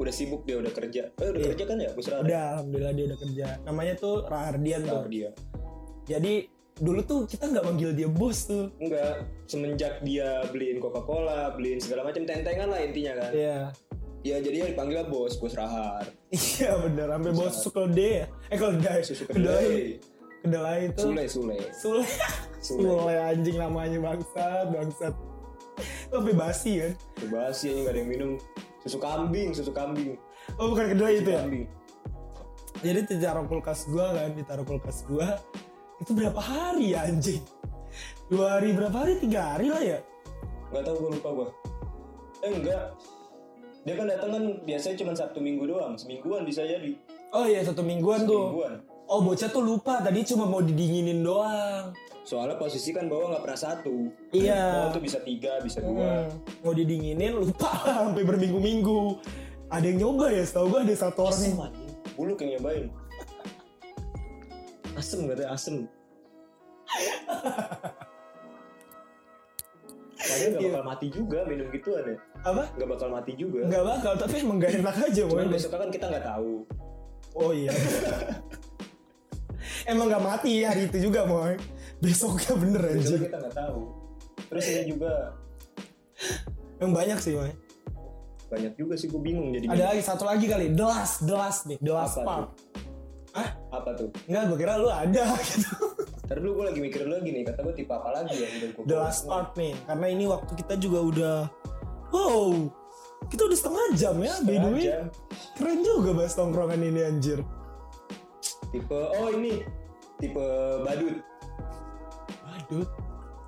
S1: Udah sibuk dia udah kerja. Eh udah kerja kan ya bos Rara?
S2: Iya. udah alhamdulillah dia udah kerja namanya tuh Rahardian
S1: Tahu
S2: tuh
S1: dia.
S2: jadi dulu tuh kita nggak manggil dia bos tuh
S1: Enggak, semenjak dia beliin Coca-Cola, beliin segala macam tentengan lah intinya kan.
S2: Iya.
S1: Ya jadi dipanggil bos, bos Rahar.
S2: Iya bener, sampai bawa susu keledai ya? Eh keledai,
S1: Susu
S2: kedelai
S1: kedelai.
S2: Kedelai itu
S1: Sule, Sule.
S2: Sule
S1: Sule.
S2: Sule anjing namanya bangsat, bangsat Itu Sampai basi kan?
S1: Basi aja nggak ada yang minum. Susu kambing, susu kambing.
S2: Oh bukan kedelai itu ya?
S1: Kambing.
S2: Jadi ditaruh kulkas gua kan, ditaruh kulkas gua Itu berapa hari ya anjing? Dua hari, berapa hari? Tiga hari lah ya?
S1: Gak tau gue lupa gue. Eh enggak. Dia kan datang kan biasanya cuma Sabtu Minggu doang. Semingguan bisa jadi.
S2: Oh iya satu mingguan tuh
S1: Semingguan.
S2: Oh bocah tuh lupa, tadi cuma mau didinginin doang
S1: Soalnya posisi kan bawah nggak pernah satu.
S2: Iya.
S1: Bawah tuh bisa tiga, bisa dua.
S2: Hmm, mau didinginin lupa sampai berminggu-minggu ada yang nyoba ya setahu gua ada satu orang yang
S1: anjing. Buluk yang nyobain. Asem katanya asem. Kayaknya nggak
S2: Iya.
S1: bakal mati juga minum gituan ya.
S2: apa
S1: Nggak bakal mati juga.
S2: nggak bakal tapi emang gak enak aja boy
S1: Cuman besoknya kan kita nggak tahu.
S2: oh iya emang gak mati hari itu juga boy besoknya bener aja
S1: Besoknya kita nggak tahu. Terus ini juga
S2: yang banyak sih boy
S1: banyak juga sih gue bingung jadi
S2: ada lagi satu lagi kali the last the last nih the last
S1: Apa
S2: part ah
S1: apa tuh?
S2: nggak gue kira lu ada gitu
S1: Ntar dulu gue lagi mikir lagi nih, kata gue tipe apa lagi ya? Udah gue
S2: the last part nih karena ini waktu kita juga udah wow kita udah setengah jam ya by the way
S1: jam.
S2: keren juga bahas tongkrongan ini anjir
S1: Tipe, oh ini, tipe badut
S2: waduh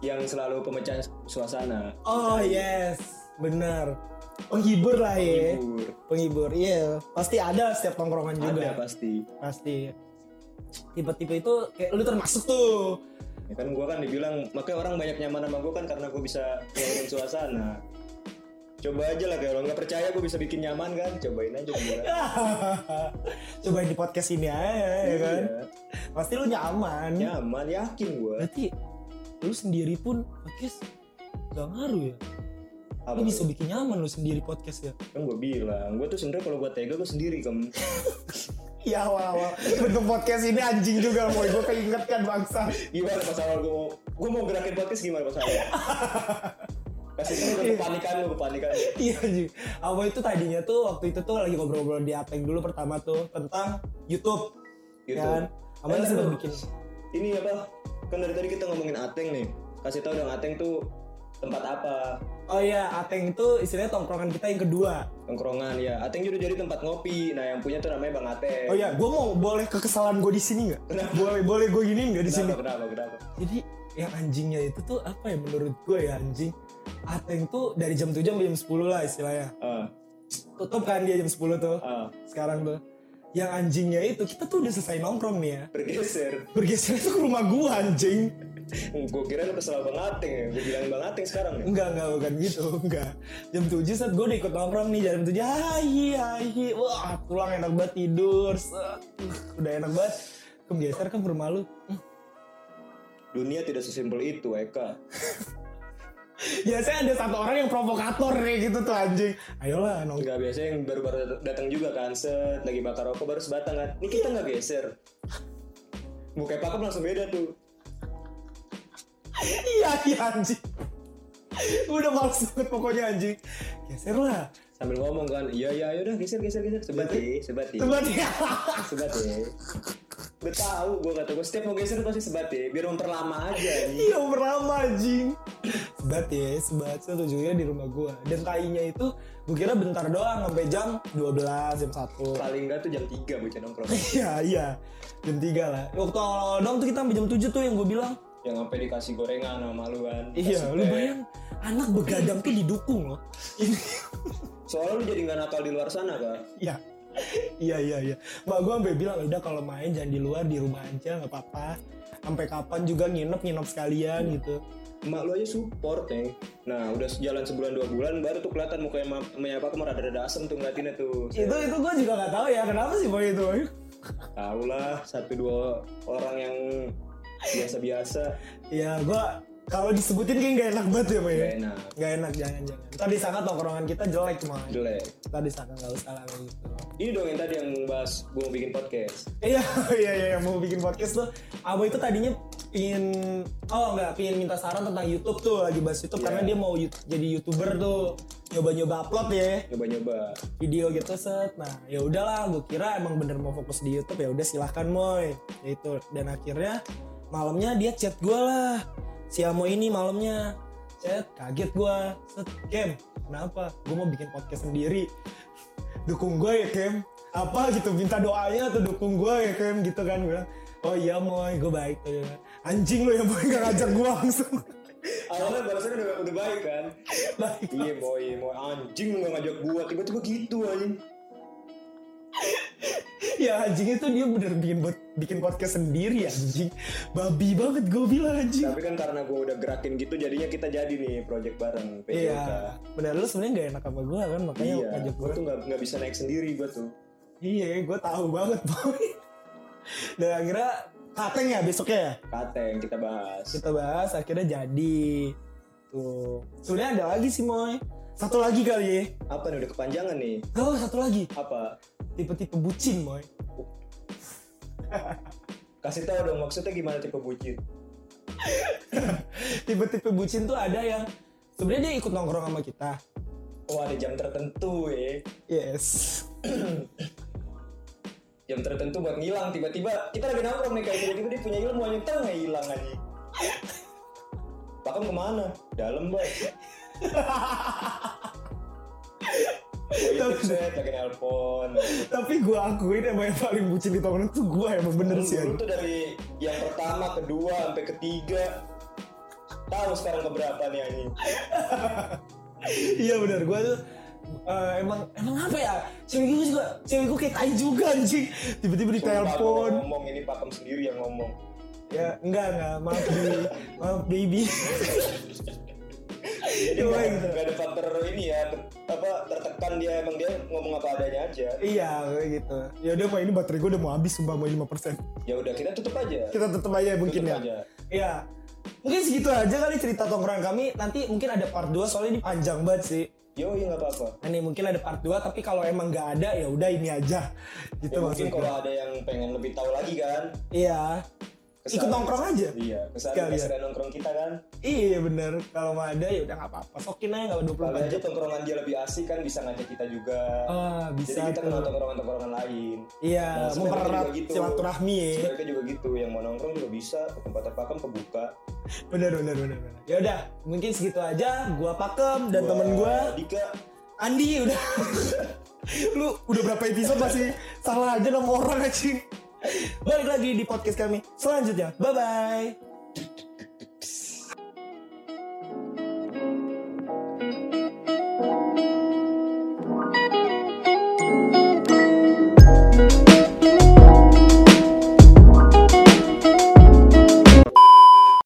S1: yang selalu pemecah suasana.
S2: oh yes benar penghibur lah ya
S1: Hibur.
S2: penghibur iya pasti ada setiap tongkrongan juga
S1: Ada pasti.
S2: pasti tipe-tipe itu kayak lu termasuk tuh
S1: Ya kan gue kan dibilang makanya orang banyak nyaman sama gue kan karena gue bisa ngelakuin suasana. Coba aja lah kayak orang nggak percaya gue bisa bikin nyaman kan, cobain aja
S2: Iya
S1: gimana.
S2: cobain di podcast ini aja ya kan
S1: Iya.
S2: pasti lu nyaman
S1: Nyaman yakin gue.
S2: berarti lu sendiri pun podcast gak ngaruh ya
S1: Apa?
S2: lu bisa bikin nyaman lu sendiri podcast ya
S1: Kan gue bilang, gue tuh sebenarnya kalau gue tega gue sendiri kan.
S2: ya awal awal bentuk podcast ini anjing juga mau gue keinget kan bangsa
S1: Gimana pas awal gue mau, gue mau gerakin podcast gimana pas awal? Kasih tau udah kepanikan lu, kepanikan lu.
S2: iya anjing awal itu tadinya tuh waktu itu tuh lagi ngobrol-ngobrol di Ateng dulu pertama tuh tentang YouTube,
S1: Gitu.
S2: kan Amanda
S1: Eh,
S2: sempat
S1: lu-
S2: bikin
S1: Ini apa? Kan dari tadi kita ngomongin Ateng nih. Kasih tau dong Ateng tuh tempat apa?
S2: Oh iya, Ateng itu istilahnya tongkrongan kita yang kedua.
S1: Tongkrongan ya. Ateng juga jadi tempat ngopi. Nah, yang punya tuh namanya Bang Ateng.
S2: Oh iya, gue mau boleh kekesalan gue di sini nggak? Boleh boleh gue giniin nggak di sini?
S1: Kenapa, kenapa, kenapa?
S2: Jadi yang anjingnya itu tuh apa ya menurut gue ya anjing? Ateng tuh dari jam 7 sampai jam 10 lah istilahnya.
S1: Ah,
S2: Tutup kan dia jam 10 tuh.
S1: ah.
S2: Sekarang tuh. Yang anjingnya itu kita tuh udah selesai nongkrong nih ya.
S1: bergeser.
S2: Bergeser itu ke rumah gue anjing.
S1: Gue kira lu kesel Bang Ateng ya. Gue bilang Bang Ateng sekarang ya.
S2: Enggak, enggak, bukan gitu, enggak. Jam 7 set gue udah ikut nongkrong nih, jam 7, hai, hai, wah pulang enak banget tidur, set. Uh, udah enak banget. Kebiasaan kan rumah lu. Hmm.
S1: Dunia tidak sesimpel itu, Eka.
S2: Biasanya Ya, ada satu orang yang provokator kayak gitu tuh anjing. Ayolah nongkrong.
S1: Enggak biasanya yang baru-baru datang juga kan, set lagi bakar rokok baru sebatang kan. Ini kita nggak geser. Mukanya pakem langsung beda tuh.
S2: iya, iya anjing. udah males banget pokoknya anjing. Geser lah.
S1: Sambil ngomong kan, iya iya yaudah geser geser geser sebat ya, sebat ya,
S2: Tempat ya.
S1: sebat ya. Udah tahu gue kata gue setiap mau geser pasti sebat ya biar memperlama aja anjing.
S2: Iya pertama anjing Sebat ya sebat Itu tujuannya di rumah gua Dan kainya itu Gue kira bentar doang Sampai jam 12 Jam 1
S1: Paling enggak tuh jam 3 bocah nongkrong.
S2: Iya iya Jam 3 lah Waktu awal-awal doang tuh kita sampai jam 7 tuh yang gue bilang
S1: Yang sampai dikasih gorengan sama lu kan.
S2: Iya
S1: Kasih
S2: lu
S1: teh.
S2: bayang Anak begadang tuh didukung loh Ini
S1: Soalnya lu jadi nggak nakal di luar sana kan.
S2: Iya. Iya iya iya. Mbak gue sampai bilang udah kalau main jangan di luar di rumah aja nggak apa-apa. Sampai kapan juga nginep nginep sekalian gitu.
S1: Emak lu aja support ya. Nah udah jalan sebulan dua bulan baru tuh kelihatan mukanya ma- emaknya apa kemarin rada-rada asem tuh ngeliatinnya tuh.
S2: Itu itu gue juga nggak tahu ya kenapa sih boy itu. Boy?
S1: Tahu lah satu dua orang yang biasa-biasa
S2: Ya gue kalau disebutin kayak nggak enak banget ya boy.
S1: gak enak
S2: Nggak enak jangan jangan. Tadi sangat tongkrongan kita jelek cuma.
S1: jelek.
S2: Tadi sangat nggak usah lah kayak gitu.
S1: Ini dong yang tadi yang bahas gue mau bikin podcast.
S2: Iya iya iya yang mau bikin podcast tuh. Abo itu tadinya ingin oh nggak pingin minta saran tentang YouTube tuh lagi bahas YouTube
S1: Iya.
S2: karena dia mau yut- jadi youtuber tuh nyoba-nyoba upload ya.
S1: Nyoba-nyoba.
S2: video gitu set nah ya udahlah gue kira emang bener mau fokus di YouTube ya udah silahkan moy Ya itu dan akhirnya malamnya dia chat gue lah si Amo ini malamnya chat kaget gue set Kem kenapa gue mau bikin podcast sendiri dukung gue ya Kem apa gitu minta doanya atau dukung gue ya Kem gitu kan gue bilang, oh iya moy gue baik tuh anjing lu ya moy gak ngajak gue langsung
S1: Awalnya balasannya udah, udah baik kan?
S2: baik
S1: iya boy, mau anjing lu gak ngajak gua tiba-tiba gitu anjing.
S2: Ya anjing itu dia bener bikin buat- bikin podcast sendiri anjing. Babi banget gue bilang anjing.
S1: Tapi kan karena gua udah gerakin gitu jadinya kita jadi nih project bareng PJK.
S2: Iya. Bener lu sebenarnya gak enak sama gue kan makanya
S1: Iya,
S2: ngajak
S1: gua
S2: gue.
S1: tuh gak, nggak bisa naik sendiri gua tuh.
S2: Iya, gue tahu banget boy. Dan akhirnya kateng ya besoknya ya.
S1: Kateng kita bahas.
S2: Kita bahas akhirnya jadi. Tuh. Sebenarnya ada lagi sih moy. Satu lagi kali ya.
S1: Apa nih udah kepanjangan nih?
S2: Gak oh, satu lagi.
S1: Apa?
S2: Tipe-tipe bucin moy.
S1: Kasih tahu dong maksudnya gimana tipe bucin.
S2: Tipe-tipe bucin tuh ada yang sebenarnya dia ikut nongkrong sama kita.
S1: Oh ada jam tertentu ya.
S2: Yes.
S1: Jam tertentu buat ngilang tiba-tiba kita lagi nongkrong nih kayak tiba-tiba dia punya ilmu anjing tau nggak hilang anjing. Bahkan kemana? Dalam boy. Boy
S2: Tapi-
S1: tipset lagi nelpon.
S2: Tapi gue akuin emang yang paling bucin di tongkrongan tuh gue emang bener
S1: Lu-
S2: sih
S1: Lu
S2: anjing.
S1: tuh dari yang pertama, kedua, sampai ketiga. Tahu sekarang keberapa nih anjing?
S2: Iya bener gue tuh eh, emang emang apa ya cewek gue juga cewek gue kayak tai juga anjing tiba-tiba
S1: Sumpah, gua
S2: ditelepon
S1: ngomong ini pakem sendiri yang ngomong.
S2: ya enggak enggak maaf baby maaf baby
S1: Jadi
S2: Cuma
S1: nggak-
S2: gitu.
S1: nggak ada faktor ini ya ter- apa tertekan dia emang dia ngomong apa adanya aja.
S2: iya kayak gitu ya udah mau ini baterai gue udah mau habis sumpah mau 5%
S1: Ya udah kita tutup aja.
S2: kita tetep aja mungkin
S1: Tutup
S2: ya
S1: aja.
S2: iya mungkin segitu aja kali cerita tongkrongan kami nanti mungkin ada part 2 soalnya ini panjang banget sih
S1: Yo, ya nggak apa-apa.
S2: Nah, Ini mungkin ada part 2 tapi kalau emang nggak ada ya udah ini aja. Gitu
S1: Ya, mungkin
S2: maksud
S1: kalau
S2: gue.
S1: ada yang pengen lebih tahu lagi kan.
S2: Iya.
S1: kesana-
S2: Ikut nongkrong aja.
S1: Iya, kesana
S2: Sekalian.
S1: kesana nongkrong kita kan.
S2: Iya bener. Kalau nggak ada ya udah nggak apa-apa. Sokin aja nggak
S1: Kalau
S2: 24
S1: aja
S2: jam.
S1: tongkrongan dia lebih asik kan bisa ngajak kita juga.
S2: Ah,
S1: Jadi
S2: bisa
S1: kita kenal
S2: tuh.
S1: tongkrongan-tongkrongan lain.
S2: Iya,
S1: sebenarnya
S2: mempererat
S1: juga gitu.
S2: silaturahmi ya.
S1: Sebaiknya juga gitu, yang mau nongkrong juga bisa, ke tempat terpakem kebuka.
S2: Bener bener bener bener. Ya udah, mungkin segitu aja. Gua pakem dan
S1: Gua-
S2: temen gua
S1: Dika,
S2: Andi udah. Lu udah berapa episode masih salah aja nama orang anjing. Balik lagi di podcast kami selanjutnya. Bye bye.